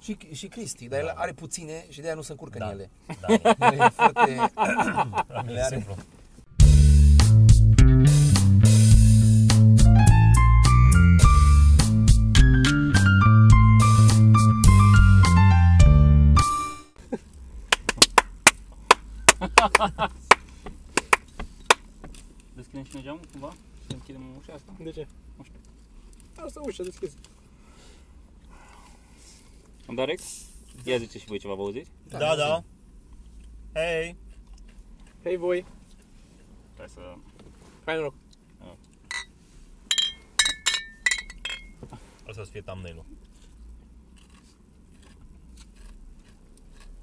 Și, și Cristi, dar el are puține și de aia nu se încurcă Da. în ele. Da, El e foarte... am Le are. simplu. Deschidem și noi geamul cumva? Să închidem ușa asta? De ce? Nu știu. Asta ușa deschisă. Am dat rec? Ia zice și voi ceva, vă auziți? Da, da. Hei! Hei voi! Hai să... Hai noroc! Asta o să fie thumbnail-ul.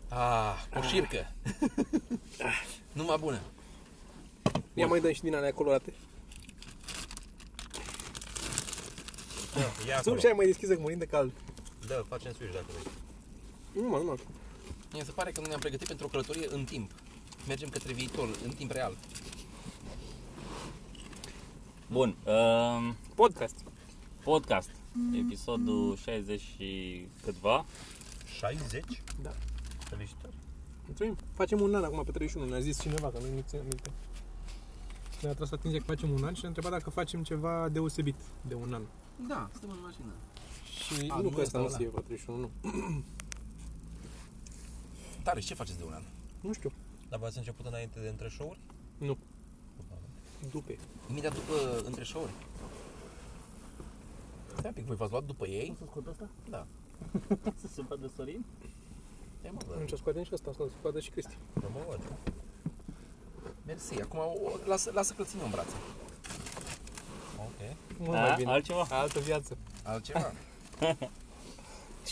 Ah, poșircă. Numai bună. Ah. Ia mai dăm și din alea colorate. Da, ia Tu acolo. și ai mai deschisă că mă de cald. Da, facem switch dacă vrei. Nu mă, nu mă. Mie se pare că nu ne-am pregătit pentru o călătorie în timp. Mergem către viitor, în timp real. Bun, um, Podcast. podcast, episodul 60 și câtva. 60? Da. Felicitări. Mulțumim. Facem un an acum pe 31, ne-a zis cineva, că noi nu ținem minte. Ne-a tras atenția că facem un an și ne-a întrebat dacă facem ceva deosebit de un an. Da, stăm în mașină. Și A, nu nu ăsta, că asta nu ăla. se iei pe 31, nu. Tare, și ce faceți de un an? Nu știu. Dar Da, v-ați început înainte de între show-uri? Nu. Dupe. Imediat după între show-uri. Stai un pic, voi v-ați luat după ei? Să scot asta? Da. Să se vadă Sorin? Ia mă, bă. Atunci scoatem și asta, să scoată și Cristi. Nu mă văd. Mersi, acum o, lasă, lasă că-l țin eu în brațe. Ok. Mult mai Da, bine. altceva? Altă viață. Altceva?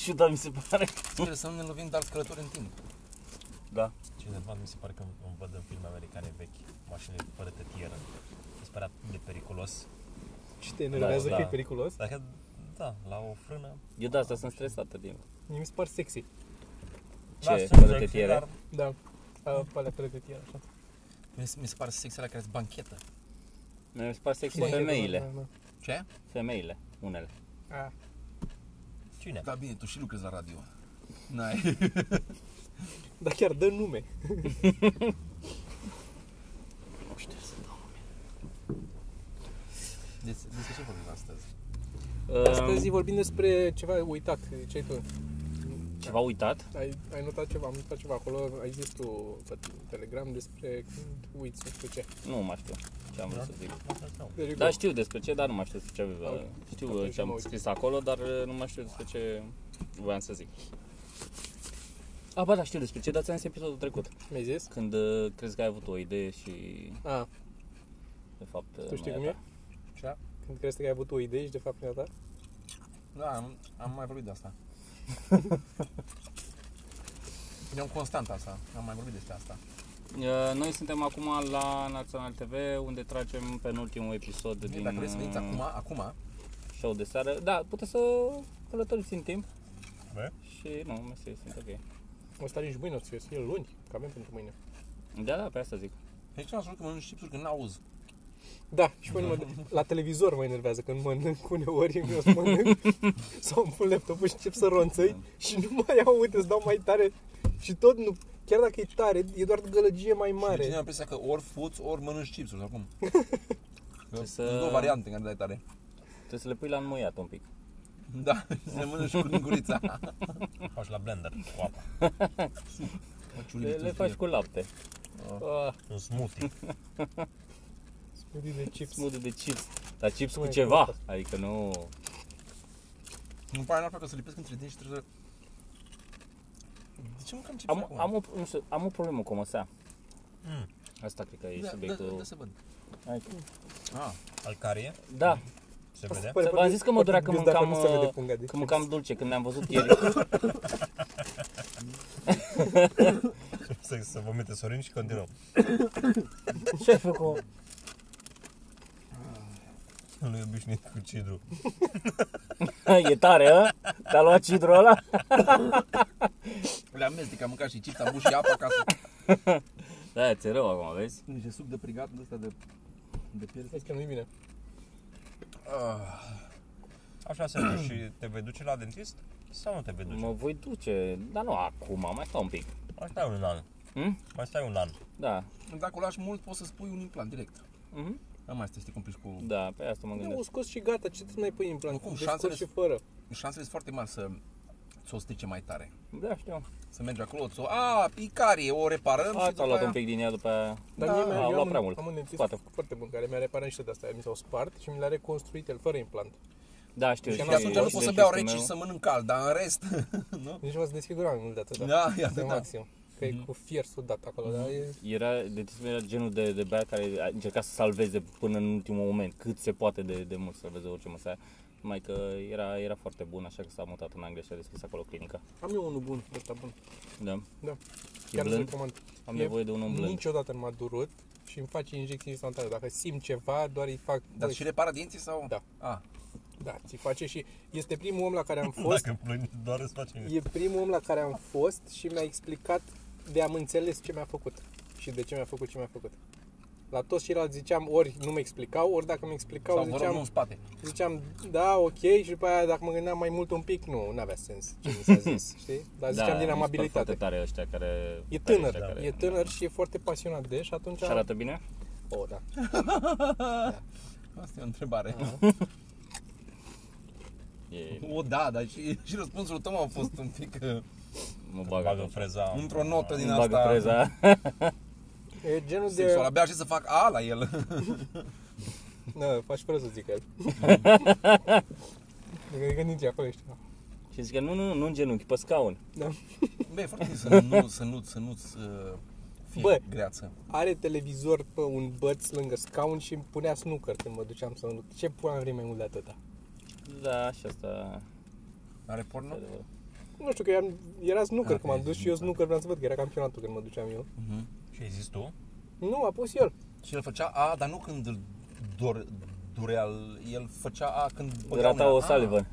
Și da, mi se pare. Sper să nu ne lovim de alți călători în timp. Da. Cineva mi se pare că îmi văd în filme americane vechi, mașinile fără tătieră. Mi se pare atât de periculos. Și te enervează da. că e periculos. Dacă, da, la o frână... Eu de asta sunt stresat tot timpul. Mie mi se par sexy. Ce, lasă-mi fără să-l fi, tătiere? dar Da. A, pe alea pe tine, așa. Mi se, mi se pare sexele care sunt banchetă. Noi îmi spart sexy Bă, femeile. da, da, Ce? Femeile, unele. da. A, Cine? Da, bine, tu și lucrezi la radio. N-ai. Dar chiar dă nume. Nu știu să Deci, despre ce vorbim astăzi? Astăzi vorbim despre ceva uitat, ziceai tu. Ehm, Ceva uitat? Ai, ai notat ceva, am notat ceva acolo, ai zis tu pe Telegram despre când uiți nu știu ce. Nu mai știu ce Da. am vrut să zic. Deci, Da, știu despre ce, dar nu mai știu despre ce uh, Ok. Știu Atunci ce mă am uit. scris acolo, dar uh, nu mai știu despre ce voiam să zic. A, ba, da, știu despre ce, dar ți-am zis episodul trecut. Mi-ai zis? Când uh, crezi că ai avut o idee și, A, de fapt, uh, tu știi nu cum a e? ta. Ce? Când crezi că ai avut o idee și de fapt nu ta? Da, am, am mai vorbit de asta. Eu am constant asta, am mai vorbit despre asta. Uh, Noi suntem acum la Național TV, unde tragem penultimul episod Din... din Dacă vreți să veniți uh, acum, acum, show de seară. Da, puteți să călătoriți în timp. Bă. Și nu, mersi, sunt ok. O să nici mâine, o să fie luni, că avem pentru mâine. Da, da, pe asta zic. deci am spus că mănânci chipsuri când auzi. Da, și mă, la televizor mă enervează când mănânc uneori, eu să mănânc sau îmi pun laptopul și încep să ronțăi Da. și nu mai iau, uite, îți dau mai tare și tot nu, chiar dacă e tare, e doar gălăgie mai Mare. mare. am impresia că ori fuți, ori mănânci chipsuri acum. Că să- Sunt două variante în care dai tare. Trebuie să le pui la înmuiat un pic. Da, să le mănânci cu lingurița. Faci la blender cu apă. Mă, ciulie, Le, tu le știi. faci cu lapte. Ah, Un smoothie. smoothie de chips. Smoothie de chips. Dar chips cu Mai ceva. prost. Adică nu... Îmi pare n-ar că să lipesc între dinți și trebuie să... De ce mâncam chipsuri Am, acum? am, o, nu știu, am o problemă cu măsea. Mm. Asta cred că e da, da, da, subiectul. da, să văd. Hai. Ah, Al carie, Da, se vede. Să- Pare v-am foarte- zis că mă durea foarte că gâs dacă mâncam, nu se vede uh, punga că de chips. mâncam dulce când ne-am văzut ieri. Să, să vomite Sorin și continuăm. Ce ai făcut? Nu e obișnuit cu cidru. e tare, a? Te-a luat cidrul ăla? le amestec, am mâncat și chips, am bus și apă ca să... Da, ți-e rău acum, vezi? Niște suc de prigat, de ăsta de... de piele. Vezi că nu-i bine. Ah, Așa se duce și te vei duce la dentist? Sau nu te vei duce? Mă voi duce, dar nu acum, mai stau un pic. Mai stai un an. Hmm? Mai stai un an. Da. Dacă o lași mult, poți să spui un implant direct. Mhm. Am asta, știi cum pleci cu... Da, pe asta mă Nu, gândesc. o scos și gata, ce te mai pui în plan? Oricum, Deci șansele scos și fără. Șansele sunt foarte mari să ți-o strice mai tare. Da, știu. Să mergi acolo, ți-o... A, picarie, o reparăm și Asta după a luat aia- un pic din ea după aia. Dar Da, mie mi-a- a eu luat am prea un- mult. Am un dentist Scoate. foarte bun care mi-a reparat niște de-astea, mi s-au spart și mi le-a reconstruit el fără implant. Da, știu. Și Și atunci nu pot să dentist beau rece meu. și să mănânc cald, dar în rest... nu? Nici mă să desfigura mai mult de atât, Da, ia de da. maxim. Că Mhm. e cu fier sudat acolo, dar e... Era, dentistul meu era genul de, de băiat care a încercat să salveze până în ultimul moment, cât se poate de, de mult să salveze orice măsea. Mai că era, era foarte bun, așa că s-a mutat în Anglia și a deschis acolo clinica. Am eu unul bun, ăsta bun. Da. Da. E Chiar îl blând? recomand. Am E- nevoie de un om blând. Niciodată nu m-a durut și îmi face injecții instantanee. Dacă simt ceva, doar îi fac... Dar bă, și repara dinții sau? Ah, Da. A, Da, ți face și... Este primul om la care am fost Dacă plângi, doar îți face E primul om la care am fost și mi-a explicat de am înțeles ce mi-a făcut și de ce mi-a făcut ce mi-a făcut. La toți ceilalți ziceam ori nu mi explicau, ori dacă mi explicau sau vă rog, ziceam, nu în spate. ziceam da, ok și după aia dacă mă gândeam mai mult un pic, nu, n-avea sens ce mi s-a zis, știi? Dar ziceam Da, din mi se par amabilitate. Foarte tare ăștia care... E tare tânăr, ăștia care- e tânăr și e foarte pasionat de și atunci... Și arată bine? Oh, da. Asta e o întrebare. E, O, da, dar și, și răspunsul tău a fost un pic uh, mă bagă, Bagă bagă freza. într-o notă din Îmi bagă asta preza. E genul de... sexuală. Abia și să fac A la el. Nă, faci fără să zic el. Adică nici acolo ești. și zice, nu, nu, nu în genunchi, pe scaun. Da. Bă, e foarte bine să nu, să nu, să nu-ți uh, fie Bă. greață. are televizor pe un băț lângă scaun și îmi punea snooker când mă duceam să mă duc. Ce pula am vrei mai mult de atâta? Da, și asta... Are porno? adevărat. Nu știu, că eram, era snooker Ah, când m-am ai dus zis, și eu da. snooker vreau să văd că era campionatul când mă duceam eu. Mhm. Și ai zis tu? Nu, a pus el. Și el făcea A, dar nu când îl dor, durea, el făcea A când băga Rata mâna. Ah, o A. salivă.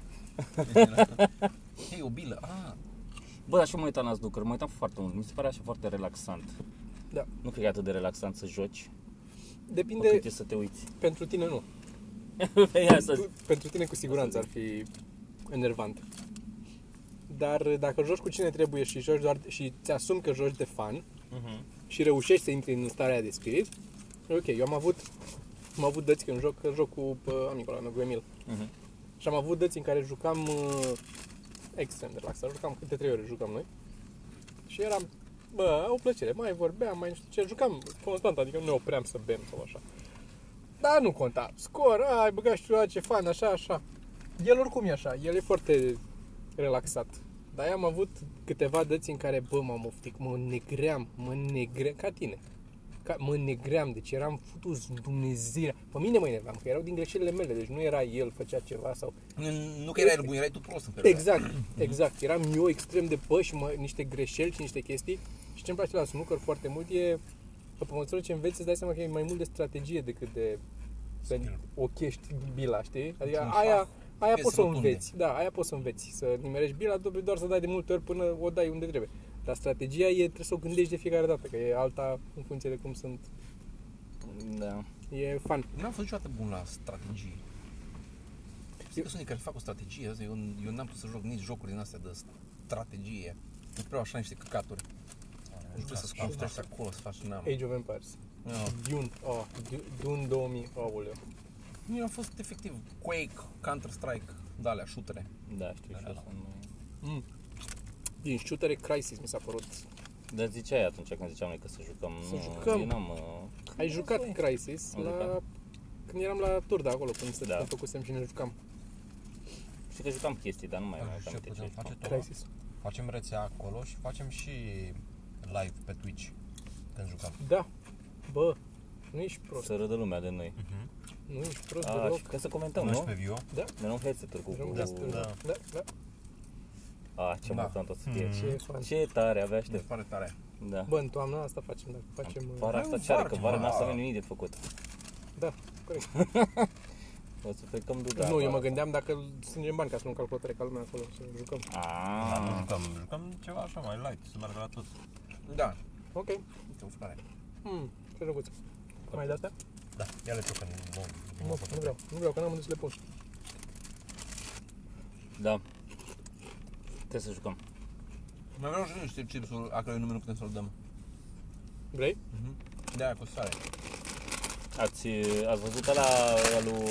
Hei, o bilă, Ah. A. Bă, dar și eu mă uitam la snooker, mă uitam foarte mult, mi se pare așa foarte relaxant. Da. Nu cred că e atât de relaxant să joci, de... Depinde, cât e să te uiți. pentru tine nu. Păi asta Tu, pentru tine cu siguranță ar fi enervant. Dar dacă joci cu cine trebuie și joci doar și ți asumi că joci de fan și reușești să intri în starea de spirit, e ok, eu am avut am avut dăți când joc, că joc cu pă, amicul ăla meu, cu Emil. Mhm. Și am avut dăți în care jucam uh, extrem de relaxat, jucam câte trei ore jucam noi. Și eram, bă, o plăcere, mai vorbeam, mai nu știu ce, jucam constant, adică nu ne opream să bem sau așa. Da, nu conta. Scor, a, ai băgat și tu, a, ce fan, așa, așa. El oricum e așa, el e foarte relaxat. Dar eu am avut câteva dăți în care, bă, m-am oftic, mă negream, mă negream, ca tine. Ca, mă negream, deci eram futus Dumnezeu. Pe mine mă enervam, că erau din greșelile mele, deci nu era el, făcea ceva sau... Nu, nu că erai el bun, erai tu prost în perioada Exact, exact. Eram eu extrem de păși, mă, niște greșeli și niște chestii. Și ce-mi place la snooker foarte mult e că pe măsură ce înveți îți dai seama că e mai mult de strategie decât de să Skill. ochești bila, știi? Adică Într-un aia, șah, aia piese poți să o rotunde. înveți. Da, aia poți să înveți. Să nimerești bila, trebuie doar să dai de multe ori până o dai unde trebuie. Dar strategia e, trebuie să o gândești de fiecare dată, că e alta în funcție de cum sunt. Da. E fan. Nu am fost niciodată bun la strategie. Știi că sunt unii care fac o strategie, eu, eu n-am putut să joc nici jocuri din astea de strategie. Nu prea așa niște căcaturi. Nu da, știu să scuți așa acolo, să faci n-am. Age of Empires. Nu. Dune, oh, Du- Dune 2000, aoleu. Eu am fost efectiv Quake, Counter-Strike, de alea, șutere. Da, știu și eu Da, sunt mai... Mm. Din shootere Crisis mi s-a părut Dar ziceai atunci când ziceam noi că să jucăm, Să nu, jucăm. eu n-am... uh, Ai jucat Crisis Am la... jucat. Când eram la Turda acolo, când se Da. da. făcusem și ne jucam Știu că jucam chestii, dar nu mai am Și aminte ce putem face jucam. tot. Crisis. Facem rețea acolo și facem și live pe Twitch când jucăm. Da. Bă, nu ești prost. Să râdă lumea de noi. Nu ești prost A, deloc. și că să comentăm, Nu nu? pe Ah. view. Ne luăm headset-uri cu... Drum cu... de stânga. da. Da, da. A, ce Da. mult am tot să fie. Mm. Ce e fan. Ce tare, abia Mi se aștept. pare tare. Da. Bă, în toamna asta facem, dacă facem... uh, Vara Hai, asta în ce are, vară că ceva. vara asta nu avem nimic de făcut. Da, corect. O să plecăm duda. nu, eu mă gândeam dacă îl strângem bani ca să nu calculatoare ca lumea acolo, să jucăm. Dar Da, nu Aaaa. jucăm, jucăm ceva așa mai light, să meargă la tot. Da, Ok. uite, o tare. Hmm, ce drăguț. Mai de astea? Da, ia le tu că nu, Nu, nu vreau, nu vreau, că n-am unde să le pun. Da. Trebuie să jucăm. Mai vreau și eu niște chipsuri a cărui nume nu putem să-l dăm. Vrei? Mhm. De aia cu sare. Ați, ați văzut ăla al lui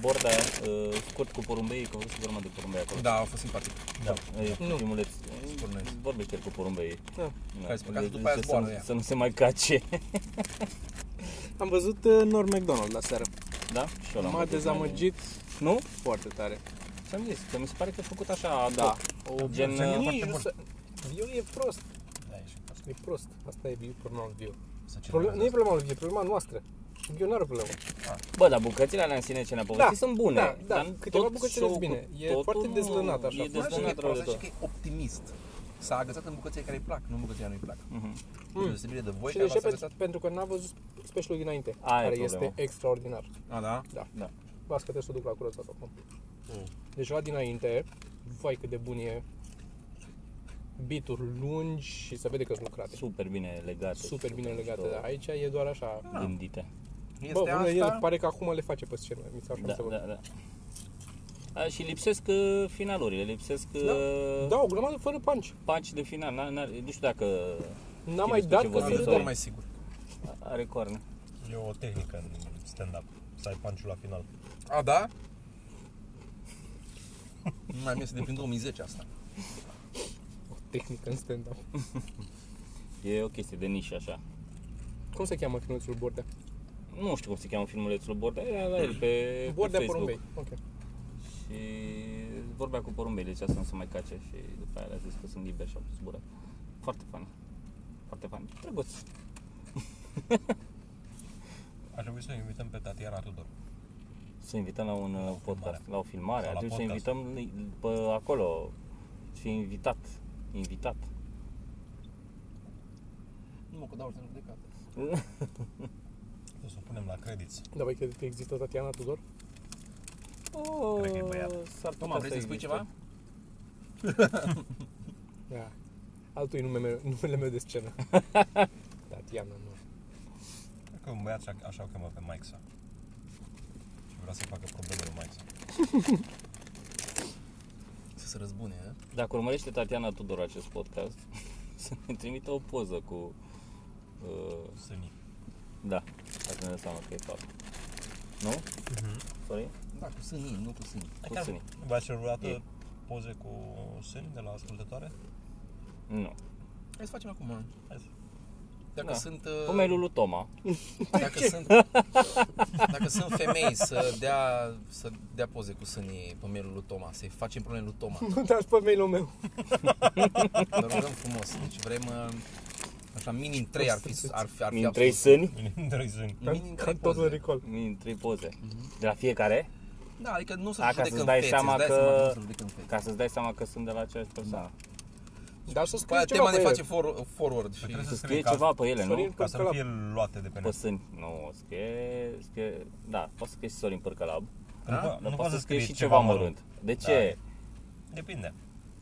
Borda, uh, scurt cu porumbei, că a fost urmă de porumbei acolo. Da, a fost simpatic. Da. E Nu. filmuleț. Spune. Vorbește el cu porumbei. Da. Da. Hai să păcatul, De- după aia zice zboară să, nu- ea. să nu se mai cace. Am văzut uh, Norm McDonald la seară. Da? Și ăla M-a văzut dezamăgit mai- Nu? foarte tare. Ți-am zis, că mi se pare că a făcut așa, Da. da. O Gen, uh, nici foarte nu mult. să... Viu e prost. Da, e și prost. E prost. Asta e viu, problema lui viu. Să ce Problem, mai nu e vezi. problema lui viu, e problema noastră. Viu nu are problemă. Bă, dar bucățile alea în sine ce ne-a povestit sunt bune. da, da. Dar Câteva tot bucățile sunt show-ul bine. cu E totul foarte nu- dezlănat, așa. E Mai Mai dezlănat rău Deci prost, de tot. și că e optimist. S-a agățat în bucățile care îi plac, nu în bucățile care nu-i plac. Mhm. Mm. Deosebire de voi și care de ce? v-ați Pentru, agățat. pentru că n-a văzut specialul dinainte, Aia e care problema. este extraordinar. A, da? Da. Las că trebuie să o duc la curățat acum. Mm. Deci la dinainte, vai cât de bun e bituri lungi și se vede că sunt lucrate. Super bine legate. și Super bine legate, mișto da. Aici e doar așa. Gândite. Este Bă, bună, el asta? pare că acum le face pe scenă, mi se așa Da, se văd. da, da. A, și lipsesc uh, finalurile, lipsesc da. Da, o grămadă fără punch. paci de final. N-a, n-a, nu știu dacă N-am mai despre dat ce că vorbim, se Asta sau- nu dă. mai sigur. are corne. E o tehnică în stand-up. Să ai punch la final. A, da? Nu mai mi-este de prin 2010 asta. Tehnică în stand-up. E o chestie de nișă așa. Cum se cheamă filmulețul Bordea? Nu știu cum se cheamă filmulețul Bordea, era la el pe, Bordea pe Facebook. Porumbei. Ok. Și vorbea cu porumbei, zicea să nu se mai cace și după aia a zis că sunt liber și au zburat. Foarte funny. Foarte funny. Drăguț. Ar trebui să o invităm pe Tatiana Tudor. Să invităm la un uh, podcast, la o filmare. Sau la Ar trebui să podcast. invităm li- pe acolo. Și invitat. Invitat. Nu mă, că dau ordine judecată. O să o punem la credits. Dar voi credeți că există Tatiana Tudor? Oh, Cred că e băiat. S-ar putea Toma, vrei să spui existe. ceva? Da. Altul e numele meu, numele meu de scenă. Tatiana, nu. Cred că un băiat așa, așa o chemă pe Mike sa. Și vrea să facă probleme lui Mike sa. Să se răzbune, eh? a? Dacă urmărește Tatiana Tudor acest podcast, să ne trimită o poză cu... Uh, Sâni. da, ca să ne dăm seama că e fapt. Nu? Sorry? Da, cu sânii, nu cu sânii. Cu sânii. V-ați cerut E. vreodată poze cu sâni de la ascultătoare? Nu. Hai să facem acum. Hai să- Dacă Da. sunt... uh, Pomelul lui Toma. Dacă sunt, dacă sunt femei să dea, să dea poze cu sânii pe mailul lui Toma, să-i facem probleme lui Toma. Nu dați pe mail-ul meu. Vă rugăm frumos. Deci vrem uh, așa minim 3 ar fi ar fi, ar fi Min trei absolut. sâni. Trei sâni. Minim Ca 3 tot în poze. recol. Min trei poze. De la fiecare? Da, adică nu să A, ca judecăm să-ți dai fețe, seama îți dai că- seama nu se judecăm fețe. Ca să-ți dai seama că sunt de la aceeași persoană. Dar să Păi, scrie tema ceva pe ne ele. face for, forward și trebuie Să să scrie scrie ceva pe ele, nu? Sorin Ca să nu Părcălap. fie luate de pe Pe net. sâni. Nu, scrie, scrie... Da, poți să scrie și Sorin Părcălab. Că nu Da? po- Dar nu Dar poate poți să scrie și ceva mărunt. De ce? Depinde.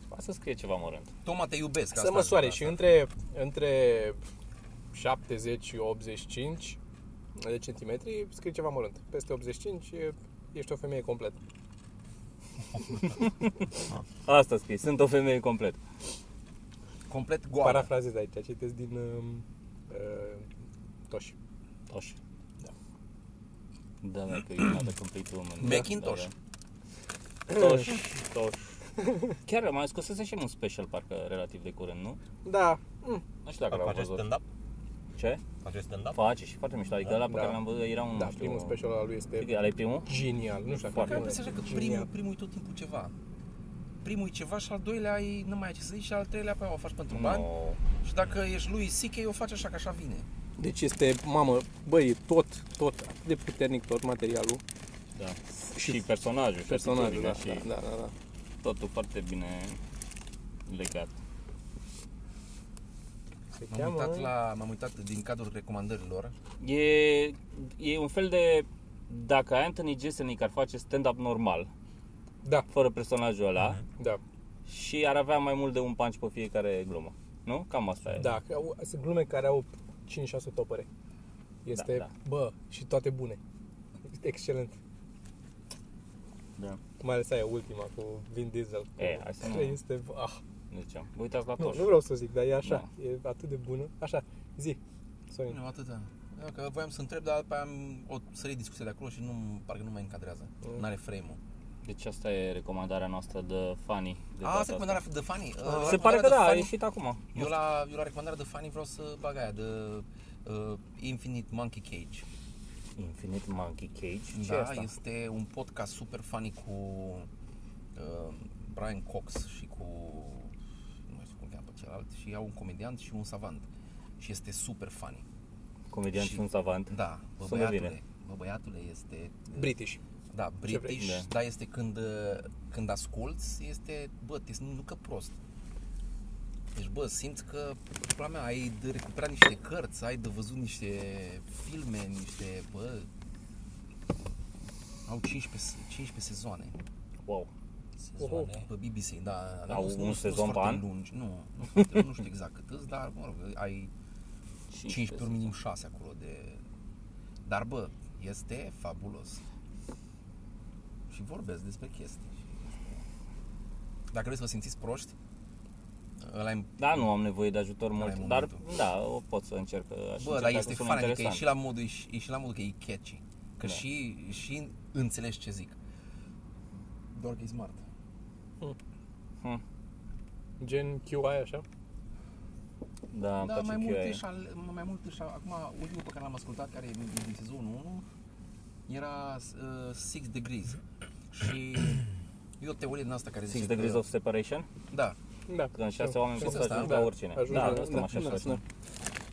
Poate să scrie ceva mărunt. Toma te iubesc. Să asta- măsoare asta. și între, între 70 și 85 de centimetri scrie ceva mărunt. Peste 85 e- ești o femeie completă. Asta scrie, sunt o femeie complet. Complet goală. Parafrazez aici, citesc din um, uh, Toș. Toș. Da. Da, da, că e not a complete woman. Macintosh. Da, da. Toș, toș. Chiar mai scosese și el un special parcă relativ de curând, nu? Da, mm, Nu știu dacă l-am Face văzut. stand-up? Ce? Face stand-up? Face și foarte mișto. Adică Da? ăla pe Da. care l-am văzut era un, da nu știu, Adică, primul special al lui este Ăla e primul? genial. Nu știu dacă Foarte Care primul mi se așa e că primul, genial. primul e tot timpul ceva. Primul e ceva și al doilea e nu mai ai ce să zici și al treilea pe aia o faci pentru bani. Nu. Și dacă ești lui C.K. o faci așa, că așa vine. Deci este, mamă, băi, e tot, tot, atât de puternic tot materialul. Da. Și, personajul. și Personajul, da, atitudinea da, și da, da, da. Totul foarte bine legat. Se M-am uitat, la, m-am uitat din cadrul recomandărilor. E, e un fel de... Dacă Anthony Jeselnik ar face stand-up normal, Da, fără personajul ăla, da. și ar avea mai mult de un punch pe fiecare glumă. Nu? Cam asta e. Da, că au- sunt glume care au 5-6 topăre. Este, Da, da, da. da. bă, și toate bune. Este excelent. da. Mai ales aia ultima cu Vin Diesel. E, hai să nu- Care este, ah, ziceam. Vă uitați la Nu, toți. nu vreau să zic, dar e așa, e atât de bună. Așa, zi, Sorin. Nu, atâta. Da, Că voiam să întreb, dar după aia am o sărit discuția de acolo și nu, parcă nu mai încadrează. Nu are frame-ul. Deci asta e recomandarea noastră de Fanny. De A, data asta e recomandarea de Fanny. Uh, asta. Se recomandarea pare că de da, a Fanny- ieșit acum. Eu la, eu la recomandarea de Fanny vreau să bag aia de uh, Infinite Monkey Cage. Infinite Monkey Cage? Ce da, e asta? este un podcast super funny cu uh, Brian Cox și cu nu mai știu cum cheamă pe celălalt și au un comediant și un savant. Și este super funny. Comedian și și- un savant. Da, bă Sună bine. băiatule, bă băiatule este uh, British. Da, vrei. British, Da. da. este când, uh, când asculti, este, bă, te simți nu că prost. Deci, bă, simți că, pula mea, ai de recuperat niște cărți, ai de văzut niște filme, niște, bă, au 15, 15 sezoane Wow. Sezoane. pe BBC, da. Au nu sunt- un nu sunt sezon pe foarte an? lungi, nu, nu, foarte, nu știu exact cât îți, dar, mă rog, ai 15 ori minim 6 acolo de... Dar bă, este fabulos. Și vorbesc despre chestii. Dacă vreți să vă simțiți proști, ăla e... Da, nu am nevoie de ajutor mult, e dar momentul. da, o pot să încerc. Aș Bă, încerca dar că este sună fan, adică e interesant. și la modul, e și- e și la modul că e catchy. Că Da. și, și înțelegi ce zic. Doar că e smart. Hm, Gen QI, așa? Da, îmi Da, place mai că mult, e. și al, mai mult și al, acum ultimul pe care l-am ascultat, care e din- din sezonul 1, era uh, Six Degrees. Și e o teorie din asta care Six zice Degrees că, of Separation? Da, Da. Când șase oameni pot Știți să asta, ajungă da? la oricine. Ajunge Da, la- asta mă așa da, face. da.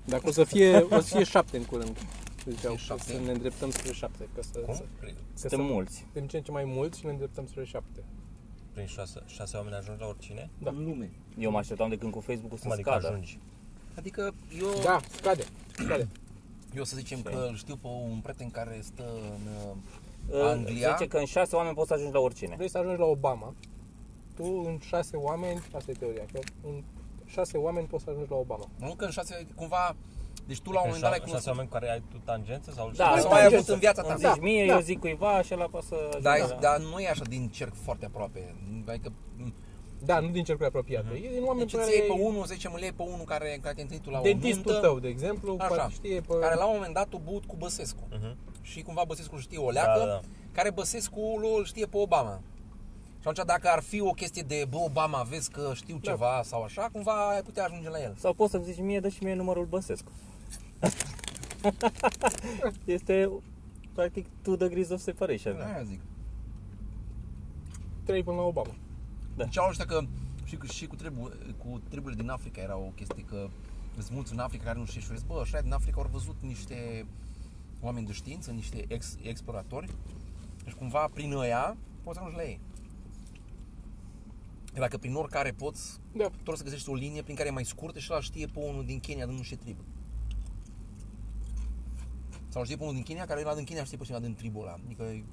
Dacă o să fie, o să fie șapte în curând. Ziceau, Fie șapte? să ne îndreptăm spre șapte. Că să, să, că să Suntem mulți. din ce în ce mai mulți și ne îndreptăm spre șapte. Prin șase, șase oameni ajungi la oricine? Da. în lume. Eu mă așteptam de când cu Facebook-ul Cum să adică scadă. ajungi? Adică eu, Da, scade. Scade. eu să zicem că îl știu pe un prieten care stă în uh, Uh, Anglia. Zice că în șase oameni poți să ajungi la oricine. Vrei să ajungi la Obama, tu în șase oameni, asta e teoria, că în șase oameni poți să ajungi la Obama. Nu că în șase, cumva, deci tu la un În moment dat șa- ai șase cunoscut. oameni cu care ai tu tangență? Sau Da, Bă, sau tu ai avut tangență. în viața ta. Da, Îmi Da, zici mie, da. eu zic cuiva și ăla poate să ajungă Dar, la- dar nu e așa din cerc foarte aproape. Adică m, Da, nu din cercul apropiat. Mhm. Uh-huh. E din oameni deci pe îți care iei pe unul, să zicem, îl iei pe unul care, care te întâlnit tu la o dentistul nuntă, tău, de exemplu, Așa. poate știe pe... care la un moment dat tu but cu Băsescu. Mhm. Și cumva Băsescu știe o leacă, da, Da, da. da. care Băsescu îl știe pe Obama. Și atunci dacă ar fi o chestie de, bă, Obama, vezi că știu Da. ceva sau așa, cumva ai putea ajunge la el. Sau poți să-mi zici mie, dă și mie numărul Băsescu. este practic two degrees of separation. Da. Aia zic. trei până la Obama. Da. Deci au ăștia că și, cu- și cu, tribu, cu triburile din Africa era o chestie că sunt mulți în Africa care nu știu și eu zic, bă, așa din Africa au văzut niște oameni de știință, niște ex, exploratori și cumva prin ăia poți ajunge la ei. Că Dacă prin oricare poți, Da. tu trebuie să găsești o linie prin care e mai scurtă și ăla știe pe unul din Kenya, din nu știu ce trib. Sau știe pe unul din Kenya, care ăla din Kenya știe pe cineva din tribul ăla. Adică e...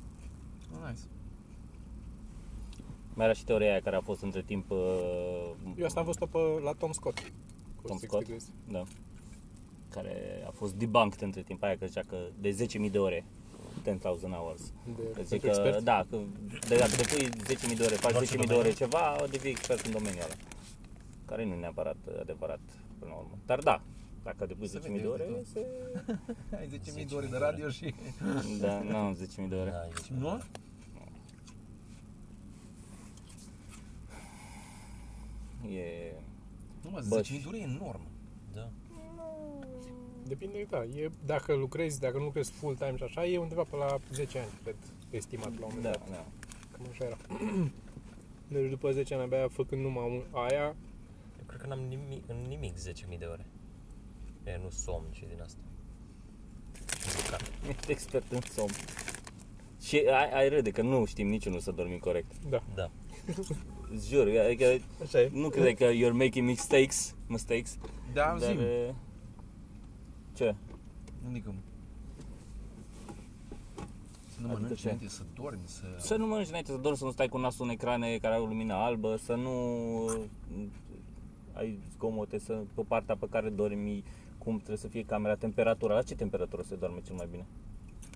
Nice. Mai era și teoria aia care a fost între timp... Uh, Eu asta am văzut-o pe, la Tom Scott. Cu Tom Six Scott? Degrees. Da. Care a fost debunked între timp aia, că zicea că de 10.000 de ore 10.000 hours. De, Că pentru zic că, expert. da, că de, dacă depui 10.000 de ore, faci Orice 10.000 de domeniu. ore ceva, devii expert în domeniul ăla. Care nu e neapărat uh, adevărat, până la urmă. Dar da, dacă depui 10.000 de vede, ore, da. se... Ai 10.000 de ore 10.000 de de radio și... Da, nu am 10.000 de ore. Da, ești- Nu? E... Nu, mă, Bă, 10.000 de ore e enorm. Da. Depinde, da. E, dacă lucrezi, dacă nu lucrezi full-time și așa, e undeva pe la 10 ani, cred, estimat la un moment Da, dat. da. Cam așa era. Deci după 10 ani abia făcând numai un- aia, Eu cred că n-am nimic, în nimic 10.000 de ore. E, nu somn și din asta. Și mâncat. Ești expert în somn. Și ai, ai râde că nu știm niciunul să dormim corect. da. Da. Îți jur, adică Așa e. nu credeai că you're making mistakes, mistakes, Da, dar... e, Ce? Adică... Să nu Adică mănânci ce? înainte, să dormi, Da. să... Să nu mănânci înainte să dormi, să nu stai cu nasul în ecrane care au lumină albă, să nu ai zgomote, să pe partea pe care dormi, cum trebuie să fie camera, temperatura, la ce temperatură se doarme cel mai bine?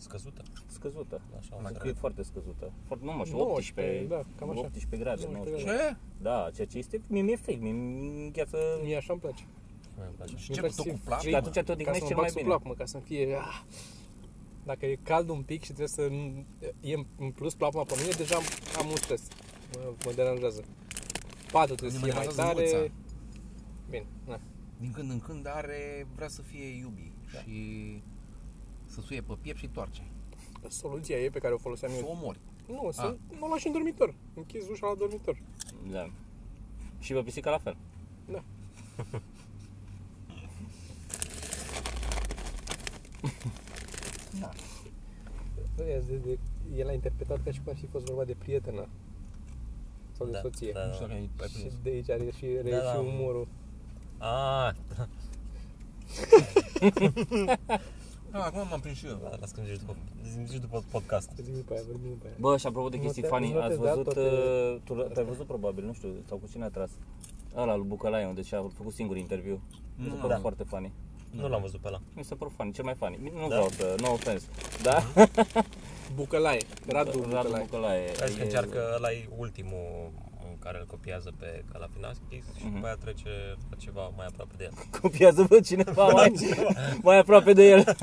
Scăzută. scăzută. Așa, Așa, că grad. e foarte scăzută. Foarte, nu mă știu, 19, 18, da, cam așa. 18 grade, 19 19. Ce? Da, ceea ce este, mie mi-e fric, mie mi gheață... Mie așa îmi place. Mie îmi place. Ce place tot cu să- plapă? Și atunci mă? te Ca să odihnești mă cel bag mai sub bine. plapmă, ca să fie... ah. Dacă e cald un pic și trebuie să... E în plus plapma pe mine, deja am, am un stres. Mă, mă deranjează. Patul trebuie Mă să fie mai deranjează tare. mâța. Bine, na. Din când în când are, vrea să fie iubii și să suie pe piept și toarce. Soluția e pe care o foloseam Să o eu. omori. Ah. Nu, să mă lași în dormitor. Închizi ușa la dormitor. Da. Și pe pisica la fel. Da. Da. Nu, e- de- de- El a interpretat ca și cum ar fi fost vorba de prietena sau de Da, soție. da. Nu știu dacă ai ai Și prins. de aici are și, are Da, și da. umorul. Ah, Ah, acum m-am prins și eu. las că îmi zici după, îmi zici după podcast. Zic după aia, vorbim după aia. Bă, și apropo de chestii te-am- funny, nu ați te-am dat văzut, toate- uh, tu l- te-ai văzut probabil, nu știu, sau cu cine a tras? Ăla lui Bucălaie, unde și-a făcut singur interviu. Nu Mi se l-am pare văzut. foarte funny. Nu l-am văzut pe ăla. Mi se pare funny, cel mai funny. Nu vreau să, no offense. Da? Bucălaie, Radu Bucălaie. Bucălaie. Vezi că E- încearcă, ăla e ultimul în care îl copiază pe Calafinaschis și Mhm. după aia trece la ceva mai aproape de el. Copiază pe cineva mai, mai aproape de el.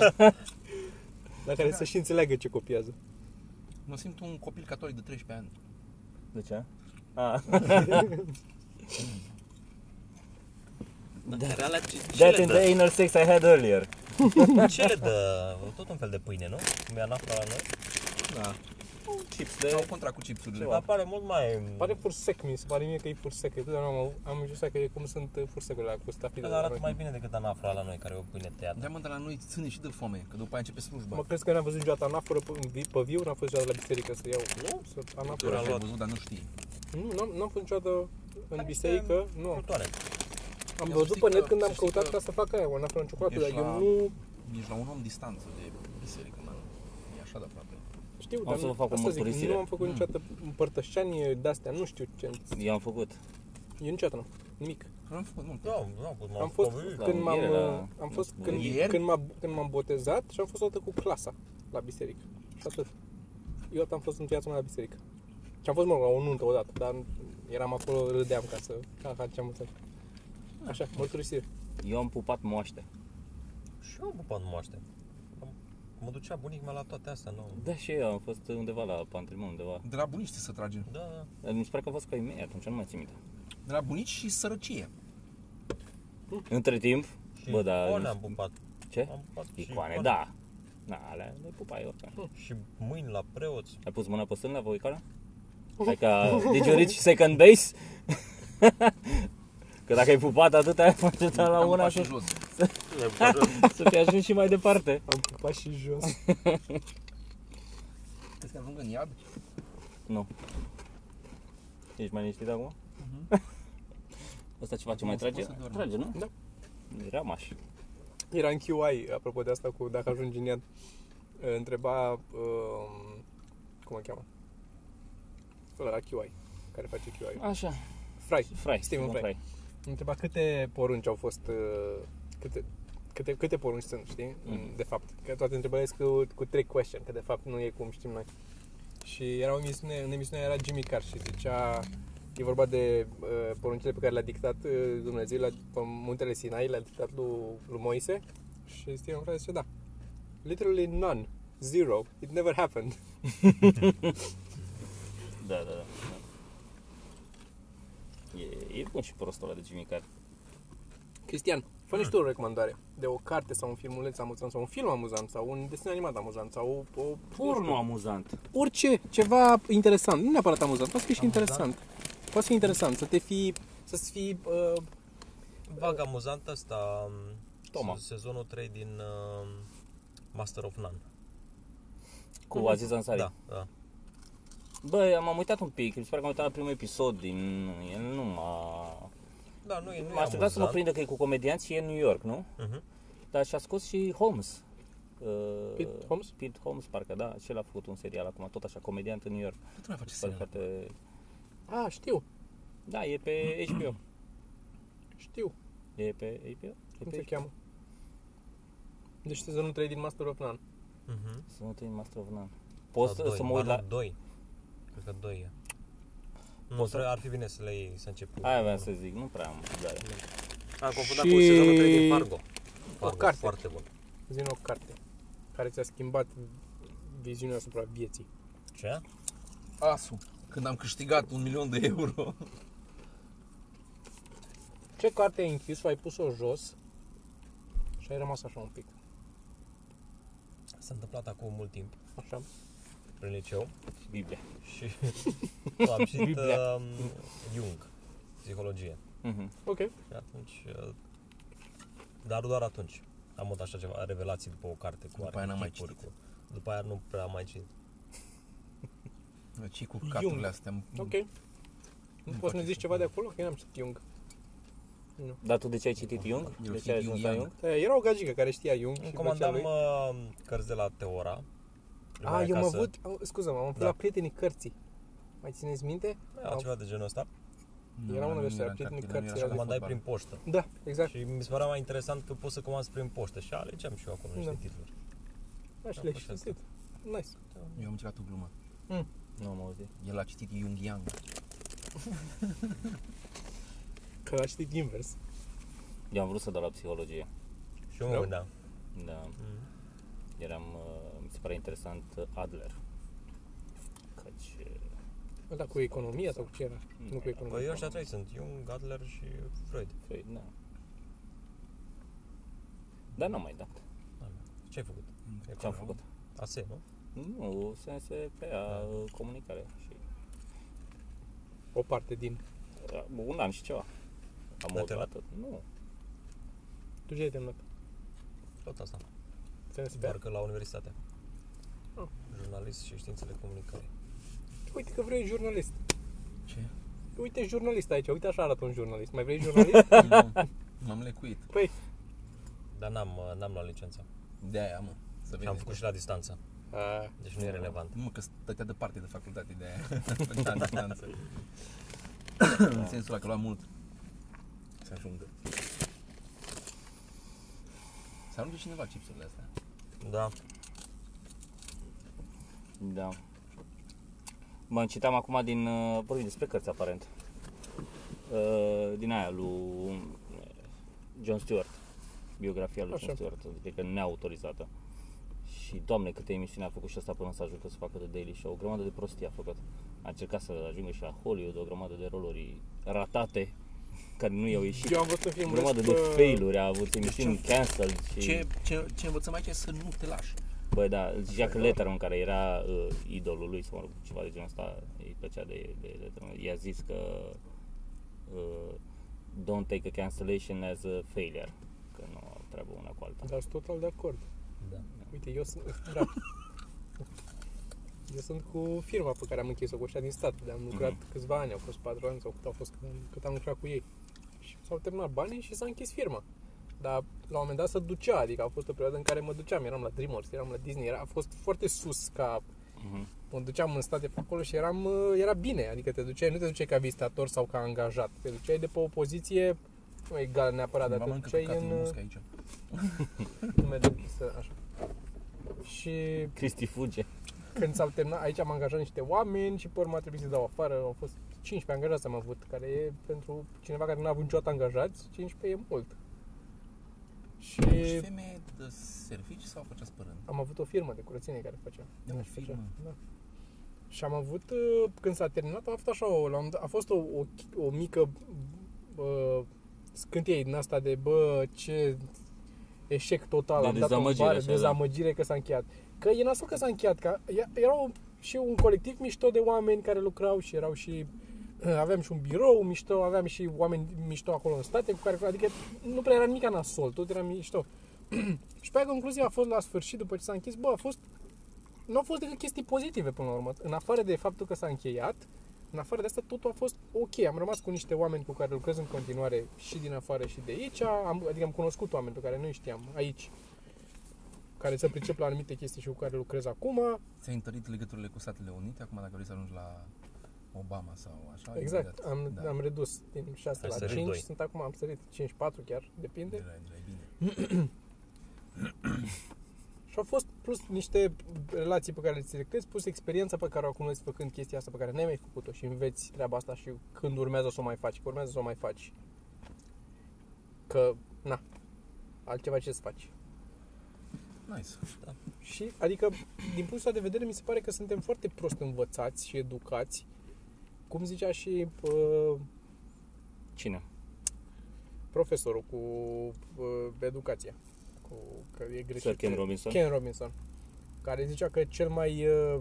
La care să și înțeleagă ce copiază. Da. Mă simt un copil catolic de 13 ani. De ce? A, Dar alea ce, ce, that le in the dă, anal sex I had earlier. ce le dă? Tot un fel de pâine, nu? Cum e anafra la noi. Da. Chips Au de... contract cu chipsurile. Păi, Dar pare mult mai... Pare fursec, mi se pare mie că e fursec. Eu totdeauna am, au- am impresia că e cum sunt uh, fursecurile alea cu stafide. Că la arată noi. mai bine decât anafra la noi, care e o pâine tăiată. Da, mă, dar la noi ține și de foame, că după aia începe slujba. Mă crezi că n-am văzut niciodată anafură pe, în vi- pe viu, n-am fost niciodată la biserică să iau. Nu? Să Tu anafură. Cultura. ai văzut, dar nu știi. Nu, n-am, n-am fost niciodată în Dar biserică, niște nu. Fructoare. Am Eu văzut știi pe că- net când am să știi căutat că- ca să fac aia, o anafură în ciocolată, dar Ești eu la- nu Ești la un om distanță de biserică, mă. E așa de aproape. Știu, O dar să nu, vă fac o asta zic, mărturisire. nu am făcut niciodată împărtășani de-astea, nu știu ce. Eu am făcut. Eu niciodată nu, nimic. Am făcut multe. Da, da, cum Am fost povestit. la când m-am, unghiere, la- uh, am fost la când, unghieri? când, m-am, când m-am botezat și am fost o dată cu clasa la biserică. Și atât. Eu atât am fost în viața mea la biserică. Și am fost, mă rog, la o nuntă odată, dar eram acolo, râdeam ca să... Ca, ca ce am înțeles. Așa, mărturisire. Eu am pupat moaște. Și eu bupa nu mă aștept. Am- Mă ducea bunica mea la toate astea, nu? Da, și eu am fost undeva la Pantrimon, undeva. De la bunici știi să tragem. Da, da. Mi se pare că a fost ca ei mei, atunci nu mai țin minte. De la bunici și sărăcie. Între timp, Și bă, da, icoane am bupat. ce? Am bupat și Hm. Icoane, da. Na, alea le pupai oricare. Și mâini la preoți. Ai pus mâna pe stânga pe o icoană? Hai ca did you reach second base? că dacă ai pupat atâta, face la Am una pași și jos. să fi ajuns și mai departe. Am pupat și jos. Crezi că ajung în iad? Nu. Ești mai liniștit acum? Ăsta ce face, mai Nu, trage? poți să dormi. Trage, nu? Da. Era maș. Era în QI, apropo de asta cu dacă ajungi în iad. Întreba, um, cum o cheamă? Ăla la QI, care face QI. Așa, Frai. frai, Steven Steven Fry. frai. Întreba câte porunci au fost, uh, câte, câte, câte porunci sunt, știi, mm. de fapt. Că toate întrebările sunt cu, cu trick question, că de fapt nu e cum știm noi. Și era o emisiune, în emisiune era Jimmy Carr și zicea, e vorba de uh, poruncile pe care le-a dictat uh, Dumnezeu la pe muntele Sinai, le-a dictat lui, lui Moise și Steven Fry zice, da, literally none, zero, it never happened. Da, da, da. E, e bun și prostul ăla de Jimmy Carr. Cristian, fă și tu o recomandare de o carte sau un filmuleț amuzant sau un film amuzant sau un desen animat amuzant sau o, o Porno amuzant. orice, ceva interesant, nu neapărat amuzant, poate să fie și Amuzant? interesant. Poate să fie interesant, să te fi, să fii uh, Vag amuzant asta. um, Toma. Sezonul 3 din uh, Master of None. Cu Aziz Ansari. Da, da. Bă, am, am uitat un pic, mi se pare că am uitat la primul episod din... El nu m-a... Da, nu e, nu e M-a așteptat să mă amuzant. prindă că e cu comedianți și e în New York, nu? Mhm. Dar și-a scos și Holmes. Uh, Pete Holmes? Pete Holmes, parcă, da. Și el a făcut un serial acum, tot așa, comediant în New York. Cât mai face Pare serial? foarte... a, știu, Da, e pe HBO. știu, E pe HBO? E cum pe se cheamă. Deci sezonul 3 din Master of None. Mhm. Să nu te Master of None. pot Sau să, să mă uit ba la... nu, Doi. Cred că doi e. Nu, Poți să... ar fi bine să le iei, să încep cu... Aia aveam să zic, nu prea am răbdare. Am confundat Și- cu sezonul 3 din Fargo. Fargo, carte. Foarte bun. Zi o carte care ți-a schimbat viziunea asupra vieții. Ce? Asu, când am câștigat un milion de euro. Ce carte ai închis, o ai pus-o jos și ai rămas așa un pic? S-a întâmplat acum mult timp Așa? prin liceu Biblia. și am citit Biblia. um, Jung, psihologie. Mhm. Ok. Și atunci, uh, dar doar atunci am avut așa ceva, revelații după o carte cu După aia n-am mai arhetipuri, Cu, după aia nu prea am mai citit. Ce cu caturile astea? Ok. Nu poți să ne zici ceva de acolo? Că eu n-am citit Jung. Nu. Dar tu de ce ai citit Jung? Eu De ce citit ai ajuns la Jungian. Jung? Eh, Era o gagică care știa Jung Îmi și comandam plăcea lui. uh, cărți de la Teora. Le A, aveai Ah, eu am acasă. avut, am- scuză-mă, am avut Da. la prietenii cărții. Mai țineți minte? Era ceva de genul ăsta. Era unul de ăștia, prietenii cărții, Și era le de comandai prin poștă. Da, exact. Și mi se părea mai interesant că poți să comanzi prin poștă și alegeam și eu acolo niște Da. titluri. Da, și a le-ai fost și asta. citit. Nice. Eu am încercat o glumă. Nu am auzit. El a citit Jungian. Că l-a citit invers. Eu am vrut să dau la psihologie. Și eu Da? mă gândeam. Da. Mm. Eram, uh, mi se pare interesant, Adler. Căci... uh, Da, cu economia sau cu ce era? Nu cu Păi eu economia. ăștia trei sunt, Jung, Adler și Freud. Freud, da. Dar n-am mai dat. Ce ai făcut? Ce-am făcut? ASE, nu? Nu, SNSPA, comunicare uh, și... O parte din... da, Un an și ceva. Am Dar te-ai urcat tot. Nu. Tu ce ai terminat? Tot asta. Da. SNSPA? Doar că la universitate. Ah. Jurnalist și științele comunicării. Uite că vrei jurnalist. Ce? Uite jurnalist aici, uite așa arată un jurnalist. Mai vrei jurnalist? M-am lecuit. păi, Dar n-am, uh, n-am luat licența. De aia, mă. Să Și vede. am făcut și la distanță. a, Deci nu e relevant. Nu, mă, că stătea departe de facultate de aia. Făcea în distanță. Da. În sensul ăla că lua mult să ajungă. Să arunce cineva chipsurile astea. Da. Da. Mă citam acum din... uh, Vorbim despre cărți, aparent. Uh, Din aia lui uh, John Stewart. Biografia lui Așa. John Stewart, cred că neautorizată. Și, doamne, câte emisiuni a făcut și asta până să ajungă să facă The Daily Show. O grămadă de prostii a făcut. A încercat să ajungă și la Hollywood, o grămadă de roluri ratate care nu i-au ieșit. eu am văzut un O film grămadă de failuri a avut emisiuni deci ce- cancelled și... Ce, ce, ce învățăm aici e să nu te lași. Bă, da, Jack Letterman, care era uh, idolul lui, sau mă rog, ceva de genul ăsta, îi plăcea de, de Letterman, i-a zis că uh, don't take a cancellation as a failure, că nu au treabă una cu alta. Dar sunt total de acord. Da. Uite, eu sunt... Da. Eu sunt cu firma pe care am închis-o, cu ăștia din stat, de am lucrat mm-hmm. câțiva ani, au fost patru ani sau cât, au fost, cât am lucrat cu ei. Și s-au terminat banii și s-a închis firma. Dar la un moment dat se ducea, adică a fost o perioadă în care mă duceam, eram la DreamWorks, eram la Disney, era, a fost foarte sus ca Mhm. mă duceam în state pe acolo și eram, uh, era bine, adică te duceai, nu te duceai ca vizitator sau ca angajat, te duceai de pe o poziție nu egală Da, neapărat, dar Cumva te mă încă duceai căcatul în... în musc aici. Nu merge să, așa. Și Cristi fuge. când s-au terminat, aici am angajat niște oameni și pe urmă a trebuit să dau afară. Au fost 15 angajați am avut, care e pentru cineva care nu a avut niciodată angajați, 15 e mult. Și Ești femeie de servici sau făcea spărând? am avut o firmă de curățenie care făcea. De o firmă? Da. Și am avut, uh, când s-a terminat, am avut așa, o, la un moment dat- a fost o, o, chi- o mică uh, scânteie din asta de, bă, ce eșec total, De am dat o dezamăgire, bară, așa, da. dezamăgire că s-a încheiat. Că e nasol că s-a încheiat, că e- era o- și un colectiv mișto de oameni care lucrau și erau și aveam și un birou mișto, aveam și oameni mișto acolo în state cu care, adică nu prea era nimic nasol, tot era mișto. și pe aia concluzia a fost la sfârșit, după ce s-a închis, bă, a fost nu au fost decât chestii pozitive până la urmă. În afară de faptul că s-a încheiat, în afară de asta totul a fost ok. Am rămas cu niște oameni cu care lucrez în continuare și din afară și de aici. Am, adică am cunoscut oameni pe care nu îi știam aici, care se pricep la anumite chestii și cu care lucrez acum. Ți-ai întărit legăturile cu Statele Unite, acum dacă vrei să ajungi la Obama sau așa? Exact, am, da. am redus din 6 Ai la sărit 5, doi. Da. sunt acum, am sărit 5-4 chiar, depinde. Era, era bine. Și Și au fost plus niște relații pe care le ți le crezi, plus experiența pe care o acumulezi făcând chestia asta pe care n-ai mai făcut-o și înveți treaba asta și când urmează să o mai faci, că urmează să o mai faci. Că, na, altceva ce să faci. Nice. Da. Și, adică, din punctul ăsta de vedere, mi se pare că suntem foarte prost învățați și educați. Cum zicea și uh, Cine? profesorul cu uh, educația. Cu, că e greșit. Sir Ken Robinson? Ken Robinson. Care zicea că cel mai... Uh,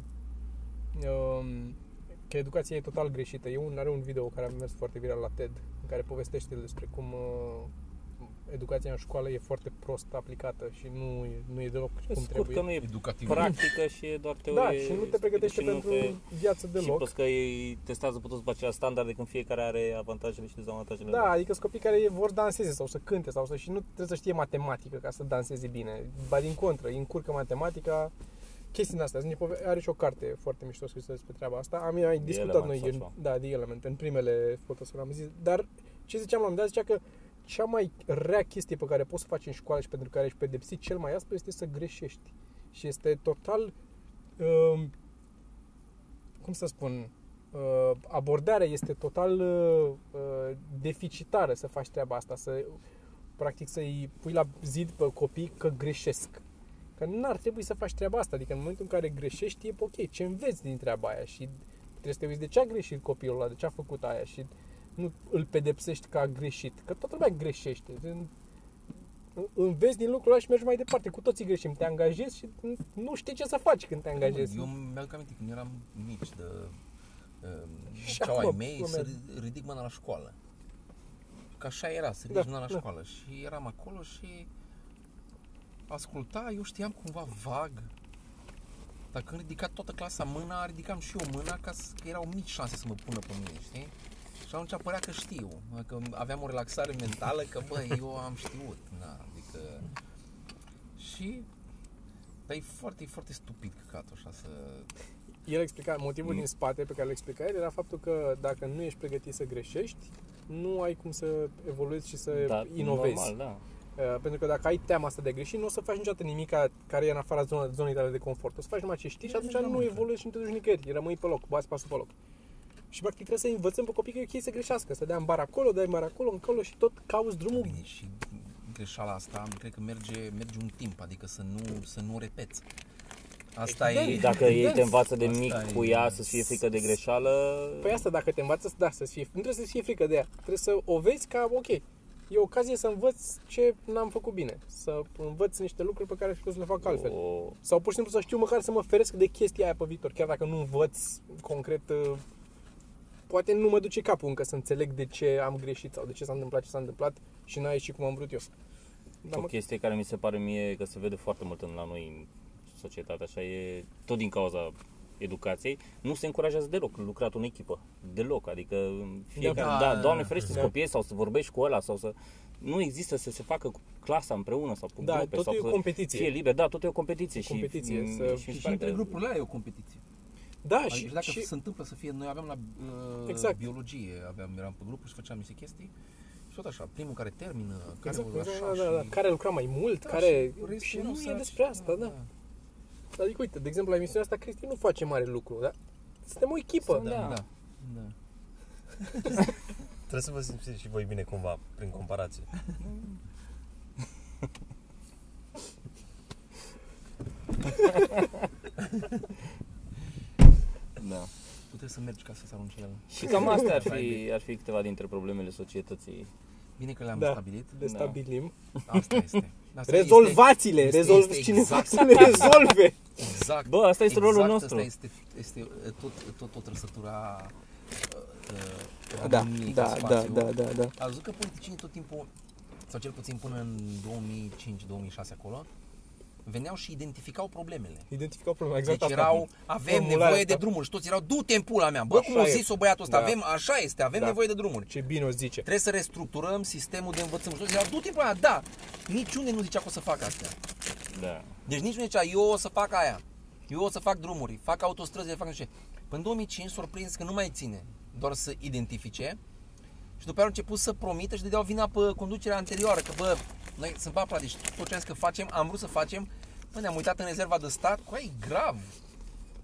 um, că educația e total greșită. E un, are un video care a mers foarte viral la TED, în care povestește el despre cum uh, educația în școală e foarte prost aplicată și nu, e- nu e deloc cum Scurt trebuie. că nu e Educativ. practică și e doar teorie. Da, și nu te pregătește și nu pentru te- viață Și deloc. plus că ei testează pe toți pe aceleași standarde când fiecare are avantajele și dezavantajele. Da, lor. adică sunt copii care vor danseze sau să cânte sau să și nu trebuie să știe matematică ca să danseze bine. Ba din contră, îi încurcă matematica, chestii din astea. Sunt niște pove- Are și o carte foarte mișto scrisă despre treaba asta. Am mai discutat Element noi, sau în, ceva. da, de element, în primele fotosuri am zis. Dar ce ziceam la un moment dat, zicea că cea mai rea chestie pe care poți să faci în școală și pentru care ești pedepsit cel mai aspru este să greșești. Și este total um, cum să spun, uh, abordarea este total uh, uh, deficitară să faci treaba asta, să practic să-i pui la zid pe copii că greșesc. Că n-ar trebui să faci treaba asta, adică în momentul în care greșești e ok, ce înveți din treaba aia și trebuie să te uiți de ce a greșit copilul ăla, de ce a făcut aia și nu îl pedepsești că a greșit, că toată lumea greșește. În- în- Înveți din lucrul ăla și mergi mai departe, cu toții greșim, te angajezi și nu știi ce să faci când te angajezi. Eu mi-aduc aminte când eram mici de Ehm, Și ceau ai acum, mei lumea- să ri- ridic mâna la școală. Că așa era, să ridici Da, mâna la da. școală. Și eram acolo și asculta, eu știam cumva vag. Dar când ridica toată clasa mâna, ridicam și eu mâna ca să, că erau mici șanse să mă pună pe mine, știi? Și atunci părea că știu, că aveam o relaxare mentală, că bă, eu am știut, na, adică... Și... Dar e foarte, e foarte stupid căcatul așa să... El explica, motivul Mm. din spate pe care îl explica el era faptul că dacă nu ești pregătit să greșești, nu ai cum să evoluezi și să Da, inovezi. Normal, da. Uh, Pentru că dacă ai teama asta de a greși, nu o să faci niciodată nimic care e în afara zona- zonei tale de confort. O să faci numai ce știi și atunci nu evoluezi și nu te duci nicăieri. Rămâi pe loc, bați pasul pe loc. Și practic trebuie să învățăm pe copii că e ok să greșească, să dea în bar acolo, dai în bar acolo, încolo și tot cauți drumul. Bine, și greșeala asta, cred că merge, merge un timp, adică să nu, să nu repeți. Asta Evident. e... Dacă ei te învață de Asta mic e- cu ea să fie frică de greșeală, Păi asta dacă te învață, da, să fie, nu trebuie să fie frică de ea. Trebuie să o vezi ca, ok, e ocazie să învăț ce n-am făcut bine. Să învăț niște lucruri pe care aș fi putut să le fac altfel. o, Sau pur și simplu să știu măcar să mă feresc de chestia aia pe viitor, chiar dacă nu învăț concret, uh, poate nu mă duce capul încă să înțeleg de ce am greșit sau de ce s-a întâmplat ce s-a întâmplat și n-a ieșit cum am vrut eu. Dar o mă, chestie care mi se pare mie că se vede foarte mult în la noi în societate, așa e tot din cauza educației, nu se încurajează deloc lucratul în echipă, deloc, adică fiecare, Da. da, da doamne ferește să Da. copiezi sau să vorbești cu ăla sau să, nu există să se facă cu clasa împreună sau cu Da, grupe totul sau e o să competiție. fie liber, da, tot e o competiție, și, competiție, și, să- mi și se Și, și pare între că- grupurile alea e o competiție. da, Adică și, și, dacă și, se întâmplă să fie, noi aveam la uh, Exact. biologie, aveam, eram pe grupuri și făceam niște chestii și tot așa, primul care termină, care exact, exact, așa da, da, da, și... care lucra mai mult, da, care restul și nu e săraci, despre asta, da. Adică, uite, de exemplu, la emisiunea asta, Cristi nu face mare lucru, da? Suntem o echipă. Da, da, da. da. Trebuie să vă simțiți și voi bine cumva, prin comparație. da. Puteți să mergi ca să se arunce el. Și cam astea ar fi, ar fi câteva dintre problemele societății. Bine că le-am Da. stabilit. Le stabilim. Asta este. Asta Rezolvați-le! este- rezolv... este Cineva exact- să le rezolve! Exact. Bă, asta este exact, rolul nostru. Asta este, este uh, tot, tot, tot răsătura uh, uh, Da, României ca da, da, spațiu. da, da, da. Ați văzut că politicienii tot timpul, sau cel puțin până în 2005-2006 acolo, veneau și identificau problemele. Identificau problema, exact deci asta. erau, avem Formularea nevoie asta. de drumuri și toți erau, du-te în pula mea, bă, Așa cum o e. zis-o băiatul ăsta, Da. avem, așa este, avem Da. nevoie de drumuri. Ce bine o zice. Trebuie să restructurăm sistemul de învățământ. Și toți erau, du-te în pula mea, da, niciunde nu zicea că o să fac astea. Da. Deci nici nu zicea, eu o să fac aia, eu o să fac drumuri, fac autostrăzi, fac nu știu ce. Până în 2005 surprins că nu mai ține, doar să identifice și după aia au început să promită și dădeau vina pe conducerea anterioară, că bă, noi sunt papra, deci tot ce am zis că facem, am vrut să facem, Bă, ne-am uitat în rezerva de stat, cu e grav.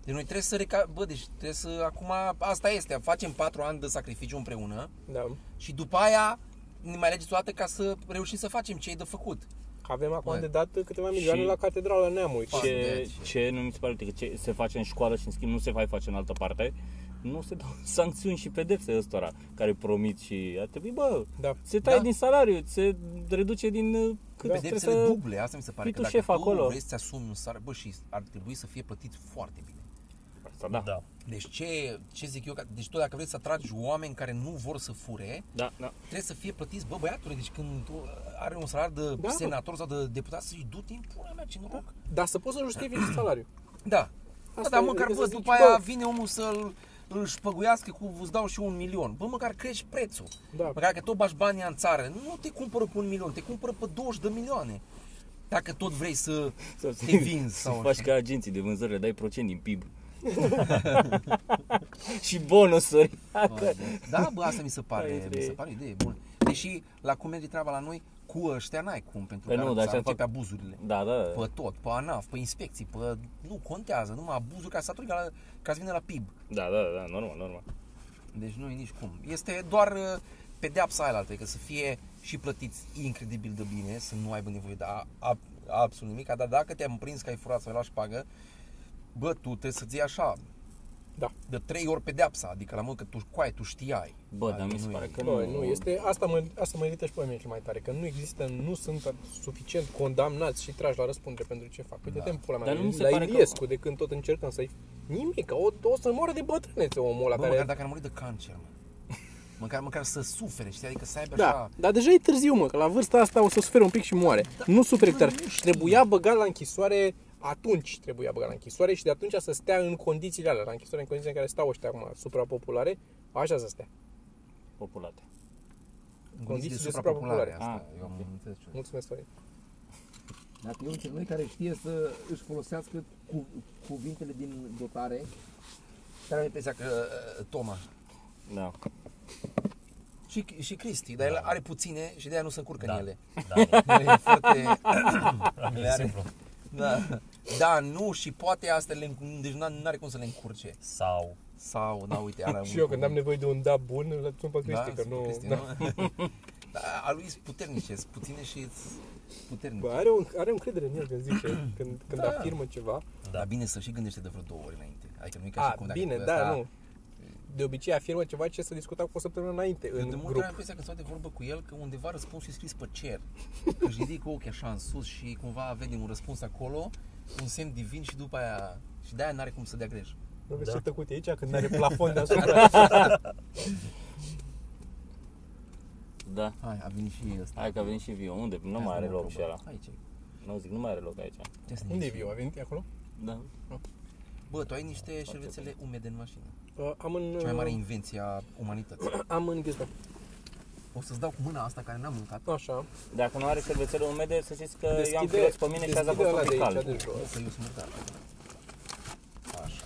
Deci noi trebuie să reca... Bă, deci trebuie să... Acum asta este, facem patru ani de sacrificiu împreună Da. și după aia ne mai alegeți o dată ca să reușim să facem ce e de făcut. Avem acum Băi. de dat câteva milioane Și- la Catedrala Neamului. Pas de ce, aici. ce nu mi se pare că ce se face în școală și în schimb nu se mai face în altă parte, nu se dau sancțiuni și pedepse ăstora care promit și ar trebui, bă, Da. se taie Da. din salariu, se reduce din uh, cât Da. trebuie Pedepsele să... duble, asta mi se pare fii că tu dacă șef tu acolo. vrei să ți asumi un salariu, bă, și ar trebui să fie plătit foarte bine. Asta, da. da. da. Deci ce, ce zic eu, ca- deci tu dacă vrei să atragi oameni care nu vor să fure, Da, da. trebuie să fie plătiți, bă băiatule, deci când tu are un salar de Da. da. senator sau de deputat să-i du timp, pula mea, ce noroc. Dar să poți să justifici salariul. Da. Asta Asta da, e, măcar, adică bă, să zici, după aia bă. vine omul să-l îl șpăguiască cu îți dau și un milion. Bă, măcar crești prețul. Da. Măcar că tot bași banii în țară, nu te cumpără cu un milion, te cumpără pe 20 de milioane. Dacă tot vrei să te vinzi Să sau faci ca agenții de vânzări, le dai procent din PIB. și bonusuri. Bă, Da, bă, asta mi se pare, mi Aici se Păi, e. pare o idee bună. Deși la cum merge treaba la noi, cu ăștia n-ai cum, pentru Păi că nu, nu, dar dar așa începe fac- abuzurile. Da, da, da. Pe tot, pe ANAF, pe inspecții, pe... Nu contează, numai abuzuri ca să atunci ca, la- ca să vină la PIB. Da, da, da, normal, normal. Deci nu e nici cum. Este doar uh, pedeapsa aia la altă, că să fie și plătiți incredibil de bine, să nu aibă nevoie de a, a, absolut nimic, dar dacă te-am prins că ai furat sau ai luat șpagă, bă, tu trebuie să-ți iei așa, Da. de trei ori pedeapsa, adică la mult că tu coai, tu știai. Bă, dar Adică mi se nu e- pare că Bă, nu, nu, este, asta mă, asta mă irită și pe mine cel mai tare, că nu există, nu sunt suficient condamnați și trași la răspundere pentru ce fac. Uite-te în pula mea, Dar nu mi se la pare că- Iliescu, de când tot încercăm să-i... Nimic, o, o să moară de bătrânețe omul ăla Bă, care... măcar dacă ar muri de cancer, mă. Măcar, măcar să sufere, știi? Adică să aibă Da, așa... dar deja e târziu, mă, că la vârsta asta o să suferi un pic și moare. nu suferi bă, tare. nu știu. Trebuia băgat la închisoare atunci trebuia băgat la închisoare și de atunci să stea în condițiile alea, la închisoare în condițiile în care stau ăștia acum, suprapopulare, așa să stea. populate. în condiții de Asta, suprapopulare. eu am Ah, ok. înțeles ce- Mulțumesc, Florin. Dar e dintre noi care știe să își folosească cu, cuvintele din dotare. Dar am impresia că uh, Toma Da. și, și Cristi, dar el are puține și de aia nu se încurcă Da. în ele. Da, da. E foarte... Probabil Le are. simplu. da. da, nu și poate astea le, înc- deci nu are cum să le încurce. Sau Sau, da, uite, are Și eu când am nevoie de un da bun, îl sun pe Cristi, da, că nu... Cristi, da. nu? da, a lui sunt puternice, sunt puține și sunt puternice. Bă, are, un, are o încredere în el când zice, când, când Da. afirmă ceva. Dar bine să și gândește de vreo două ori înainte. Adică nu e ca A, și cum dacă bine, tu da, asta- nu. De obicei afirmă ceva ce se discuta cu o săptămână înainte, Eu în de multe grup. ori am impresia că stau de vorbă cu el că undeva răspunsul e scris pe cer. Că își ridic ochii așa în sus și cumva vedem un răspuns acolo, un semn divin și după aia... Și de-aia n-are cum să dea greș. Nu vezi Da. ce tăcut e aici când are plafon deasupra? Da. Hai, a venit și ăsta. Hai că a venit și viu. Unde? Nu mai are loc și ăla. Aici. Nu zic, nu mai are loc aici. Ce să ne Unde e zici? viu? A venit acolo? Da. Bă, tu ai niște șervețele umede în mașină. Uh, am în... Cea mai mare invenție a umanității. Am în ghiozdan. O să-ți dau cu mâna asta care n-am mâncat. Așa. Dacă nu are șervețele umede, să știți că eu am filoți pe mine și azi a deschide fost ăla un pic de aici, cald. de jos. Să eu sunt murdar. Așa.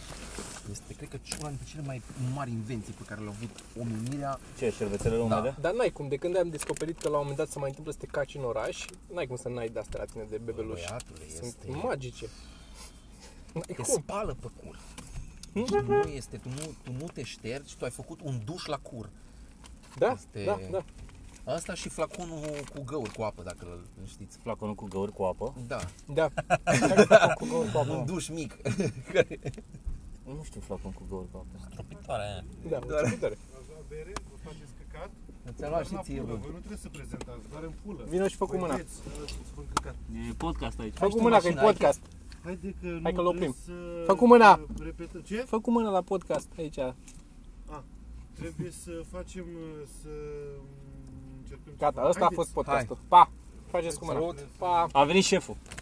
Este, cred că, una dintre cele mai mari invenții pe care le-a avut omenirea. Ce, șervețele Da. umede? Dar n-ai cum, de când am descoperit că la un moment dat se mai întâmplă să te caci în oraș, n-ai cum să n-ai de astea la tine de bebeluș. Băiatule, Sunt este... magice. N-ai te cum. spală pe cur. Deci nu este, tu nu, tu nu te ștergi, tu ai făcut un duș la cur. Da, este- da, da. Asta și flaconul cu găuri, cu apă, dacă îl știți. Flaconul cu găuri cu apă. Da, Da. Cu găuri cu Oh. apă. un duș mic. Nu știu flacon cu găuri cu apă. tropitoarea aia. Da, mulțumim tare. la bere, vă faceți căcat, Ți-a luat dar și la ție, pulă, bă. voi nu trebuie să prezentați, doar în pulă. Vino și fă cu Voi mâna. vedeți, uh, îți spun căcat. E podcast aici. Fă cu tu mâna că e mașina, hai podcast. Haide că nu Hai că-l oprim. trebuie să- Fă cu mâna. uh, Repetăm. Ce? Fă cu mâna la podcast aici. Trebuie să facem, uh, să mm, încercăm Gata, ceva. ăsta a Haideți. fost podcastul. Pa! Faceți cu mâna. Salut. Pa! A venit șeful.